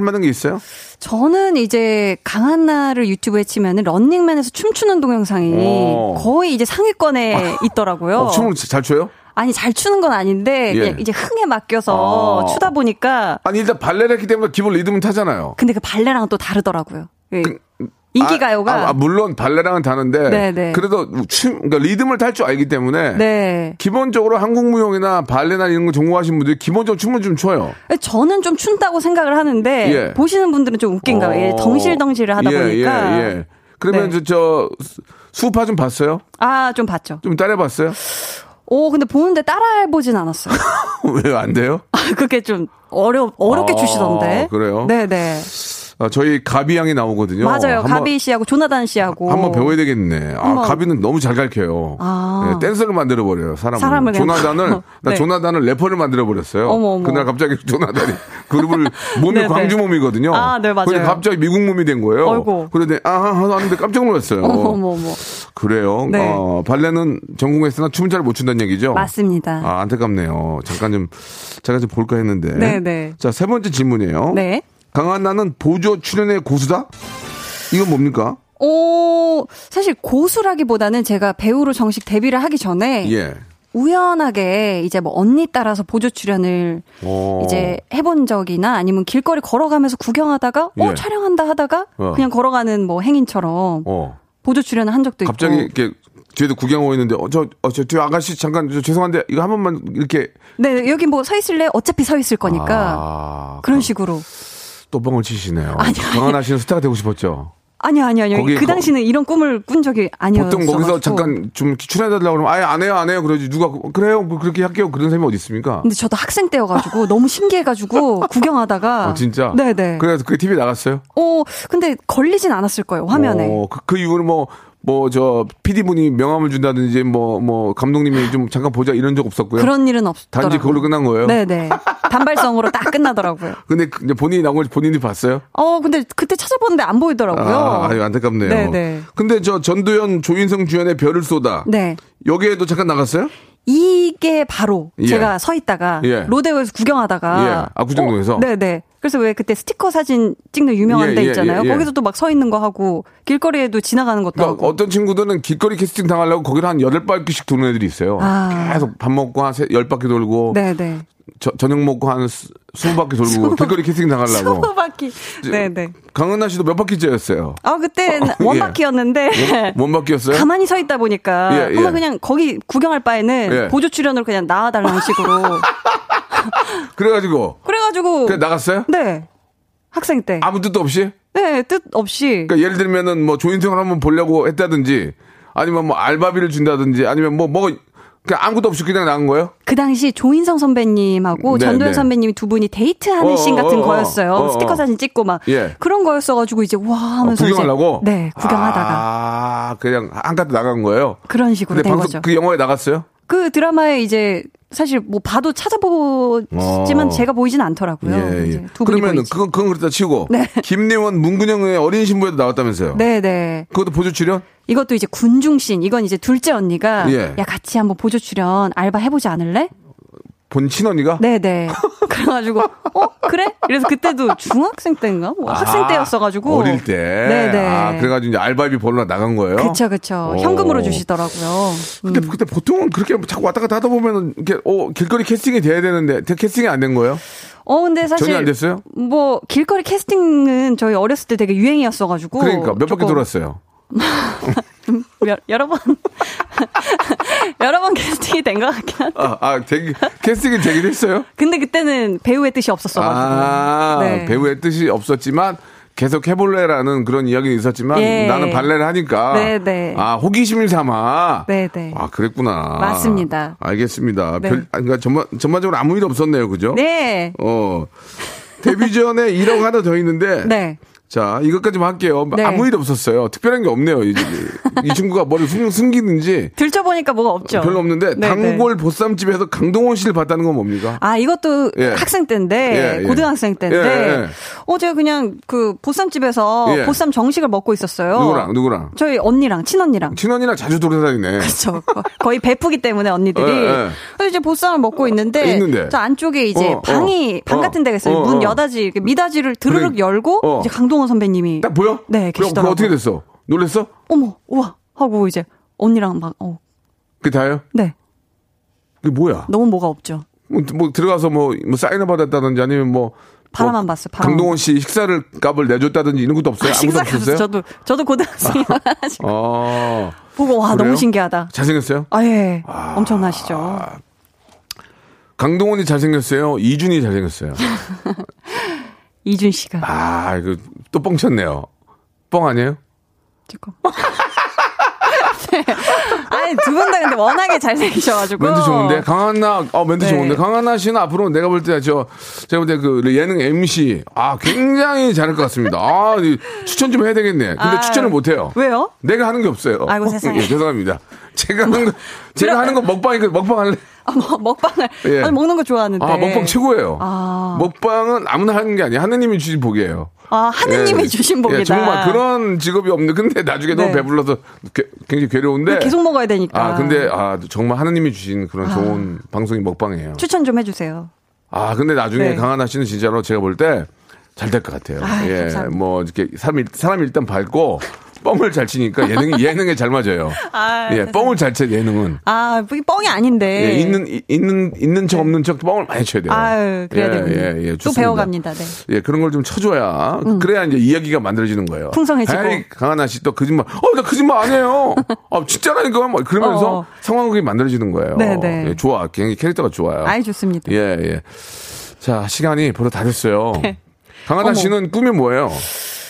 만한 게 있어요? 저는 이제 강한나를 유튜브에 치면은 런닝맨에서 춤추는 동영상이 오. 거의 이제 상위권에 있더라고요. 어, 춤을 잘 춰요? 아니 잘 추는 건 아닌데 예. 그냥 이제 흥에 맡겨서 아. 추다 보니까 아니 일단 발레를 했기 때문에 기본 리듬은 타잖아요. 근데 그 발레랑 또 다르더라고요. 예. 인기 아, 가요가 아, 아, 물론 발레랑은 다른데 네네. 그래도 춤 그러니까 리듬을 탈 줄 알기 때문에 네. 기본적으로 한국 무용이나 발레나 이런 거 전공하신 분들이 기본적으로 춤을 좀 춰요. 저는 좀 춘다고 생각을 하는데 예. 보시는 분들은 좀 웃긴가 봐요. 예, 어. 덩실덩실을 하다 예, 보니까 예, 예. 그러면 네. 저, 저 수- 수우파 좀 봤어요? 아 좀 봤죠. 좀 따라 봤어요? <laughs> 오 근데 보는데 따라해 보진 않았어요. 왜 안 돼요? 아, 그게 좀 어려 어렵게 아, 추시던데. 그래요? 네네 아, 저희 가비 양이 나오거든요. 맞아요. 한번- 가비 씨하고 조나단 씨하고 한번 배워야 되겠네. 아, 한번. 가비는 너무 잘 가르쳐요. 아. 네, 댄서를 만들어버려요, 사람을. 사람을 그냥. 조나단을, 나 <laughs> 네. 조나단을 래퍼를 만들어버렸어요. 어머, 어머. 그날 갑자기 <laughs> 조나단이 그룹을, 몸이 네, 광주 네. 몸이거든요. 아, 네, 맞아요. 근데 아, 갑자기 미국 몸이 된 거예요. 어이구. 그런데, 아하, 하는데 깜짝 놀랐어요. 어머 어머 그래요. 네. 어, 발레는 전공했으나 춤은 잘 못 춘다는 얘기죠? 맞습니다. 어. 아, 안타깝네요. 잠깐 좀, 잠깐 좀 볼까 했는데. 네, 네. 자, 세 번째 질문이에요. 네. 강한나는 보조 출연의 고수다? 이건 뭡니까? 오, 사실 고수라기보다는 제가 배우로 정식 데뷔를 하기 전에 예. 우연하게 이제 뭐 언니 따라서 보조 출연을 오. 이제 해본 적이나 아니면 길거리 걸어가면서 구경하다가 예. 어 촬영한다 하다가 어. 그냥 걸어가는 뭐 행인처럼 어. 보조 출연을 한 적도 갑자기 있고 이렇게 뒤에도 구경하고 있는데, 어, 저, 어, 저, 뒤에 아가씨 잠깐, 저 죄송한데, 이거 한 번만 이렇게. 네 여기 뭐 서 있을래 어차피 서 있을 거니까 아, 그러니까 그런 식으로 또 뻥을 치시네요. 아니, 아니. 강한나 씨는 스타가 되고 싶었죠? 아니 아니 아니 거기 그 거- 당시는 이런 꿈을 꾼 적이 아니었어 보통 거기서 잠깐 좀 출연해달라고 그러면 아예 안 해요, 안 해요. 그러지. 누가, 그래요? 뭐 그렇게 할게요. 그런 사람이 어디 있습니까? 근데 저도 학생 <laughs> 때여가지고 너무 신기해가지고 구경하다가 어, 진짜? 네네 그래서 그게 TV에 나갔어요? 어 근데 걸리진 않았을 거예요 화면에 어, 그, 그 이후로 뭐, 뭐, 저, PD분이 명함을 준다든지, 뭐, 뭐, 감독님이 좀 잠깐 보자 이런 적 없었고요. 그런 일은 없더라고요 단지 그걸로 끝난 거예요. 네네 단발성으로 딱 끝나더라고요 근데 그- 이제 본인이 나온 걸 본인이 봤어요? 어 근데 그때 찾아봤는데 안 보이더라고요 아, 아유, 안타깝네요. 네네. 근데 저 전두현, 조인성 주연의 별을 쏟아. 네 여기에도 잠깐 나갔어요? 이게 바로 예. 제가 서 있다가 예. 로데오에서 구경하다가 예. 압구정동에서? 어, 네네 그래서 왜 그때 스티커 사진 찍는 유명한 예, 데 예, 있잖아요 예, 예. 거기서 또 막 서 있는 거 하고 길거리에도 지나가는 것도 그러니까 하고 어떤 친구들은 길거리 캐스팅 당하려고 거기를 한 여덟 바퀴씩 도는 애들이 있어요. 아. 계속 밥 먹고 한 열 바퀴 돌고 네네 저, 저녁 먹고 한 스- 스무 바퀴 돌고 스무 길거리 캐스팅 당하려고. <laughs> 스무 바퀴 네네 강은하 씨도 몇 바퀴째였어요? 아 그때 예. 원바퀴였는데 원 바퀴였어요? 네. <laughs> 가만히 서 있다 보니까 예, 예. 한번 그냥 거기 구경할 바에는 예. 보조 출연으로 그냥 나와달라는 <laughs> 식으로 그래가지고 그래가지고 그냥 나갔어요? 네 학생 때 아무 뜻도 없이? 네 뜻 없이 그러니까 예를 들면은 뭐 조인성을 한번 보려고 했다든지 아니면 뭐 알바비를 준다든지 아니면 뭐 뭐 그냥 아무것도 없이 그냥 나간 거예요? 어, 그 당시 조인성 선배님하고 네, 전도연 네. 선배님이 두 분이 데이트하는 어, 씬 같은 어, 어, 거였어요. 어, 어. 스티커 사진 찍고 막 예. 그런 거였어가지고 이제 와 어, 하면서 이제- 구경하려고? 네 구경하다가 아, 그냥 한가득 나간 거예요? 그런 식으로 근데 된 방송 거죠. 그, 그 영화에 나갔어요? 드라마에 이제 사실 뭐 봐도 찾아보지만 어. 예, 제가 보이진 않더라고요. 이제 두 분이 그러면 보이지. 그건 그건 그렇다 치고 네. 김내원 문근영의 어린 신부에도 나왔다면서요? 네네. 그것도 보조 출연? 이것도 이제 군중신. 이건 이제 둘째 언니가 예. 야 같이 한번 보조 출연 알바 해보지 않을래? 본 친언니가? <laughs> 네네. 그래가지고 어 그래? 그래서 그때도 중학생 때인가? 뭐 학생 때였어가지고 아, 어릴 때. 네네. 아, 그래가지고 어. 이제 알바비 벌러 나간 거예요. 그쵸 그쵸. 오. 현금으로 주시더라고요. 음. 근데 그때 보통은 그렇게 자꾸 왔다 갔다 하다 보면은 이렇게 어 길거리 캐스팅이 돼야 되는데 대- 캐스팅이 안 된 거예요? 어 근데 사실 전혀 안 됐어요? 뭐 길거리 캐스팅은 저희 어렸을 때 되게 유행이었어가지고 그러니까 몇 바퀴 조금 돌았어요. 몇- <laughs> 여러 번 <laughs> 여러 번 캐스팅이 된 것 같긴 한데 아, 아 되게 <laughs> 캐스팅이 되긴 했어요. 근데 그때는 배우의 뜻이 없었어가지고 아 네. 배우의 뜻이 없었지만 계속 해볼래라는 그런 이야기는 있었지만 예. 나는 발레를 하니까 네네. 아 호기심을 삼아 네네. 아 그랬구나 맞습니다. 알겠습니다. 네. 별, 아, 그러니까 전반 전반적으로 아무 일 없었네요, 그죠? 네. 어 데뷔 전에 <laughs> 1억 하나 더 있는데 네. 자, 이것까지만 할게요. 뭐 네. 아무 일 없었어요. 특별한 게 없네요. 이, 이 친구가 뭘 숨, 숨기는지 들춰보니까 뭐가 없죠. 별로 없는데 네, 단골 네. 보쌈집에서 강동원 씨를 봤다는 건 뭡니까? 아 이것도 예. 학생 때인데 예, 예. 고등학생 때인데 예, 예. 어제 그냥 그 보쌈집에서 예. 보쌈 정식을 먹고 있었어요. 누구랑 누구랑? 저희 언니랑 친언니랑. <laughs> 친언니랑 자주 돌아다니네. 그렇죠. 거- 거의 베프기 때문에 언니들이. 예, 예. 그래서 이제 보쌈을 먹고 있는데, 있는데. 저 안쪽에 이제 어, 어. 방이 방 어, 같은 데가 있어요. 어, 문 어. 여닫이 이렇게 미닫이를 드르륵 그래. 열고 어. 이제 강동원 선배님이 딱 보여? 그럼 네, 계시더라고요. 그거 어떻게 됐어? 놀랬어? 어머 우와 하고 이제 언니랑 막 어. 그게 다예요? 네. 그게 뭐야? 너무 뭐가 없죠. 뭐, 뭐 들어가서 뭐, 뭐 사인을 받았다든지 아니면 뭐 바라만 뭐 봤어요, 바라만. 강동원 씨 식사를 값을 내줬다든지 이런 것도 없어요? 그 아무것도 식사가 없었어요? 저도 저도 고등학생이 어. 어. 보고 와 그래요? 너무 신기하다. 잘생겼어요? 아 예. 엄청나시죠. 아. 강동원이 잘생겼어요? 이준이 잘생겼어요? 이준 씨가 아, 이거 또 뻥쳤네요. 뻥 아니에요? 지금. <laughs> 네. 아니 두 분 다 근데 워낙에 잘생기셔가지고 멘트 좋은데 강한나 어 멘트 네. 좋은데 강한나 씨는 앞으로 내가 볼 때 저 제가 볼 때 그 예능 MC 아 굉장히 잘할 것 같습니다. 아 이 추천 좀 해야 되겠네. 근데 아유. 추천을 못 해요. 왜요? 내가 하는 게 없어요. 아이고, 세상에. 뭐, 예, 죄송합니다. 제가 하는 거, 제가 하는 거 먹방이니까 먹방 할래? 아, 먹, 먹방을 예. 아니, 먹는 거 좋아하는데. 아, 먹방 최고예요. 네. 아. 먹방은 아무나 하는 게 아니에요. 하느님이 주신 복이에요. 아, 하느님이 예. 주신 예, 복이다. 정말 그런 직업이 없는. 근데 나중에 너무 네. 배불러서 게- 굉장히 괴로운데. 계속 먹어야 되니까. 예. 아, 근데 아, 정말 하느님이 주신 그런 좋은 방송이 먹방이에요. 아. 추천 좀 해주세요. 아, 근데 나중에 네. 강하나 씨는 진짜로 제가 볼 때 잘 될 것 같아요. 아이, 예, 감사합니다. 뭐 이렇게 사람이 사람이 일단 밝고 뻥을 잘 치니까 예능 <laughs> 예능에 잘 맞아요. 아, 예, 뻥을 잘 쳐 예능은. 아, 이게 뻥이 아닌데. 예, 있는 이- 있는 있는 척 없는 척 뻥을 많이 쳐야 돼요. 아유, 그래야 되군요. 또 예, 좋습니다. 배워갑니다. 네. 예, 그런 걸 좀 쳐줘야 그래야 이제 이야기가 만들어지는 거예요. 음. 풍성해지고. 에이, 강하나 씨 또 거짓말. 어, 나 거짓말 안 해요. 아, 진짜라니까 막 그러면서 어. 상황극이 만들어지는 거예요. 네, 네. 예, 좋아, 굉장히 캐릭터가 좋아요. 아이, 좋습니다. 예, 예. 자, 시간이 벌써 다 됐어요. 네. 강하나 어머. 씨는 꿈이 뭐예요?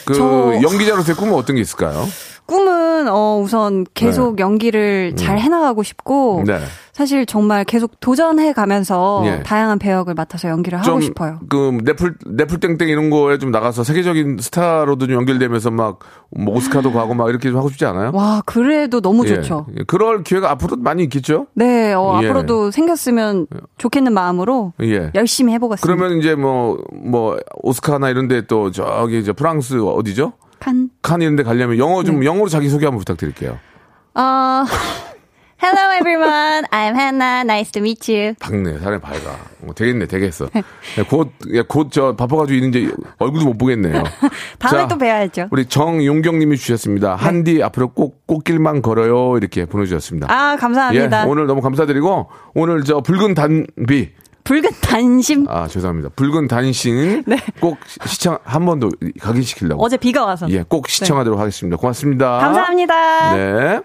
그 저- 연기자로서의 꿈은 어떤 게 있을까요? 꿈은, 어, 우선 계속 연기를 잘 해나가고 싶고. 음. 네. 사실 정말 계속 도전해 가면서 예. 다양한 배역을 맡아서 연기를 하고 싶어요. 그 네플 네플땡땡 이런 거에 좀 나가서 세계적인 스타로도 좀 연결되면서 막뭐 오스카도 가고 막 이렇게 좀 하고 싶지 않아요? 와, 그래도 너무 예. 뭐, 좋죠. 예. 그럴 기회가 앞으로도 많이 있겠죠? 네, 어, 예. 앞으로도 생겼으면 좋겠는 마음으로 예. 열심히 해보겠습니다. 그러면 이제 뭐 뭐 오스카나 이런 데 또 저기 저 프랑스 어디죠? 칸. 칸 이런 데 가려면 영어 좀 네. 영어로 자기 소개 한번 부탁드릴게요. 아, <laughs> 어, Hello everyone, I'm Hannah. Nice to meet you. 박네 사람이 밝아. 어, 되겠네, <laughs> 되겠어. 곧곧저 바빠가지고 이제 얼굴도 못 <laughs> 보겠네요. 다음에 자, 또 뵈야죠. 우리 정용경님이 주셨습니다. 네. 한디 앞으로 꼭 꽃길만 걸어요 이렇게 보내주셨습니다. 아, 감사합니다. 예, 오늘 너무 감사드리고 오늘 저 붉은 단비 붉은 단심. 아 죄송합니다. 붉은 <laughs> 단신 네. 꼭 시청 한 번 더 각인시키려고 어제 비가 와서. 네. 예 꼭 시청하도록 하겠습니다. 고맙습니다. 감사합니다. 네.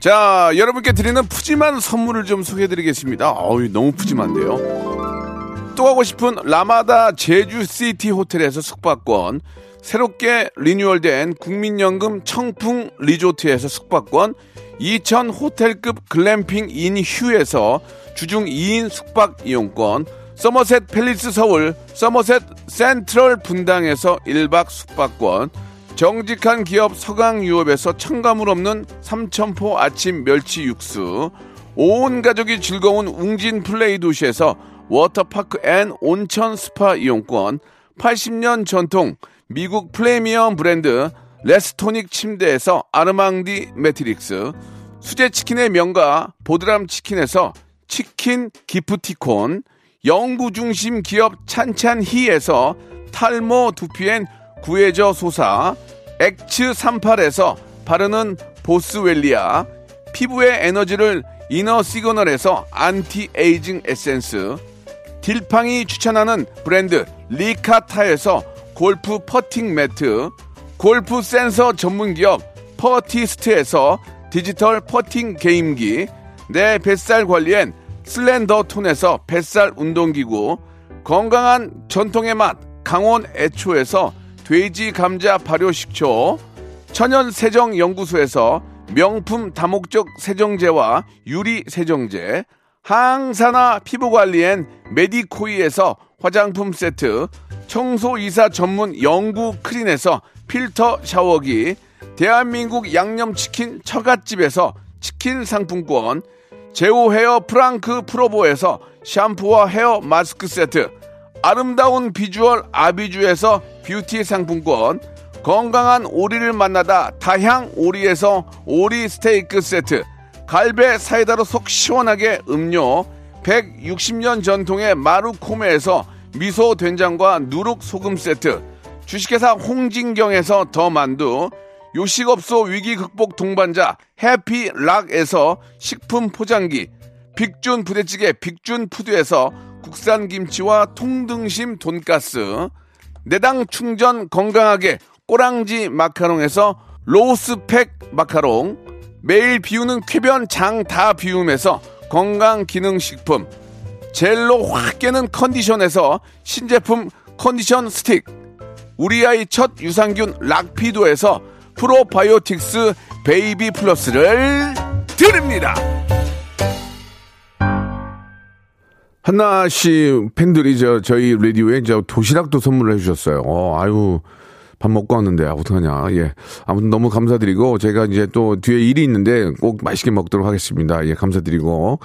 자, 여러분께 드리는 푸짐한 선물을 좀 소개해드리겠습니다. 어우, 너무 푸짐한데요. 또 가고 싶은 라마다 제주시티 호텔에서 숙박권, 새롭게 리뉴얼된 국민연금 청풍 리조트에서 숙박권, 2000 호텔급 글램핑 인 휴에서 주중 2인 숙박 이용권, 서머셋 팰리스 서울, 서머셋 센트럴 분당에서 1박 숙박권, 정직한 기업 서강유업에서 첨가물 없는 삼천포 아침 멸치 육수 온 가족이 즐거운 웅진 플레이 도시에서 워터파크 앤 온천 스파 이용권 80년 전통 미국 프리미엄 브랜드 레스토닉 침대에서 아르망디 매트릭스 수제 치킨의 명가 보드람 치킨에서 치킨 기프티콘 연구 중심 기업 찬찬히에서 탈모 두피엔 구해저 소사 엑츠 38에서 바르는 보스웰리아 피부의 에너지를 이너 시그널에서 안티에이징 에센스 딜팡이 추천하는 브랜드 리카타에서 골프 퍼팅 매트, 골프 센서 전문 기업 퍼티스트에서 디지털 퍼팅 게임기, 내 뱃살 관리엔 슬렌더 톤에서 뱃살 운동기구, 건강한 전통의 맛 강원 애초에서 돼지 감자 발효 식초, 천연 세정 연구소에서 명품 다목적 세정제와 유리 세정제, 항산화 피부관리엔 메디코이에서 화장품 세트, 청소이사 전문 영구 크린에서 필터 샤워기, 대한민국 양념치킨 처갓집에서 치킨 상품권, 제오 헤어 프랑크 프로보에서 샴푸와 헤어 마스크 세트, 아름다운 비주얼 아비주에서 뷰티 상품권, 건강한 오리를 만나다 다향 오리에서 오리 스테이크 세트, 갈배 사이다로 속 시원하게 음료, 160년 전통의 마루코메에서 미소 된장과 누룩 소금 세트, 주식회사 홍진경에서 더 만두, 요식업소 위기 극복 동반자 해피락에서 식품 포장기, 빅준 부대찌개 빅준 푸드에서 국산 김치와 통등심 돈가스, 내당 충전 건강하게 꼬랑지 마카롱에서 로스팩 마카롱, 매일 비우는 쾌변 장 다 비움에서 건강 기능 식품, 젤로 확 깨는 컨디션에서 신제품 컨디션 스틱. 우리 아이 첫 유산균 락피도에서 프로바이오틱스 베이비 플러스를 드립니다. 한나 씨 팬들이 저 저희 라디오에 이제 도시락도 선물을 해주셨어요. 어, 아유 밥 먹고 왔는데, 아, 어떡하냐. 예. 아무튼 너무 감사드리고, 제가 이제 또 뒤에 일이 있는데 꼭 맛있게 먹도록 하겠습니다. 예, 감사드리고.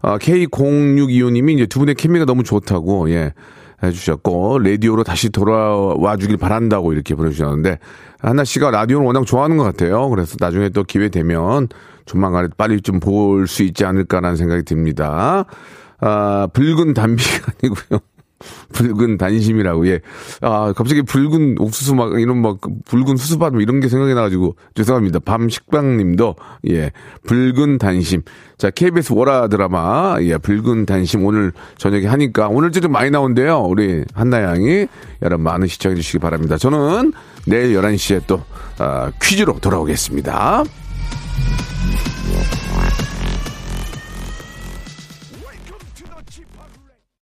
아, K0625님이 이제 두 분의 케미가 너무 좋다고, 예. 해주셨고, 라디오로 다시 돌아와 주길 바란다고 이렇게 보내주셨는데, 하나 씨가 라디오를 워낙 좋아하는 것 같아요. 그래서 나중에 또 기회 되면 조만간에 빨리 좀 볼 수 있지 않을까라는 생각이 듭니다. 아, 붉은 담비가 <laughs> 아니고요. 붉은 단심이라고 예. 아 갑자기 붉은 옥수수 막 이런 막 붉은 수수밭 뭐 이런 게 생각이 나가지고 죄송합니다. 밤식빵님도 예 붉은 단심. 자 KBS 월화 드라마 예 붉은 단심 오늘 저녁에 하니까 오늘 좀 많이 나온대요. 우리 한나 양이 여러분 많은 시청해 주시기 바랍니다. 저는 내일 11시에 또 아, 퀴즈로 돌아오겠습니다. Welcome to the Chipak Radio.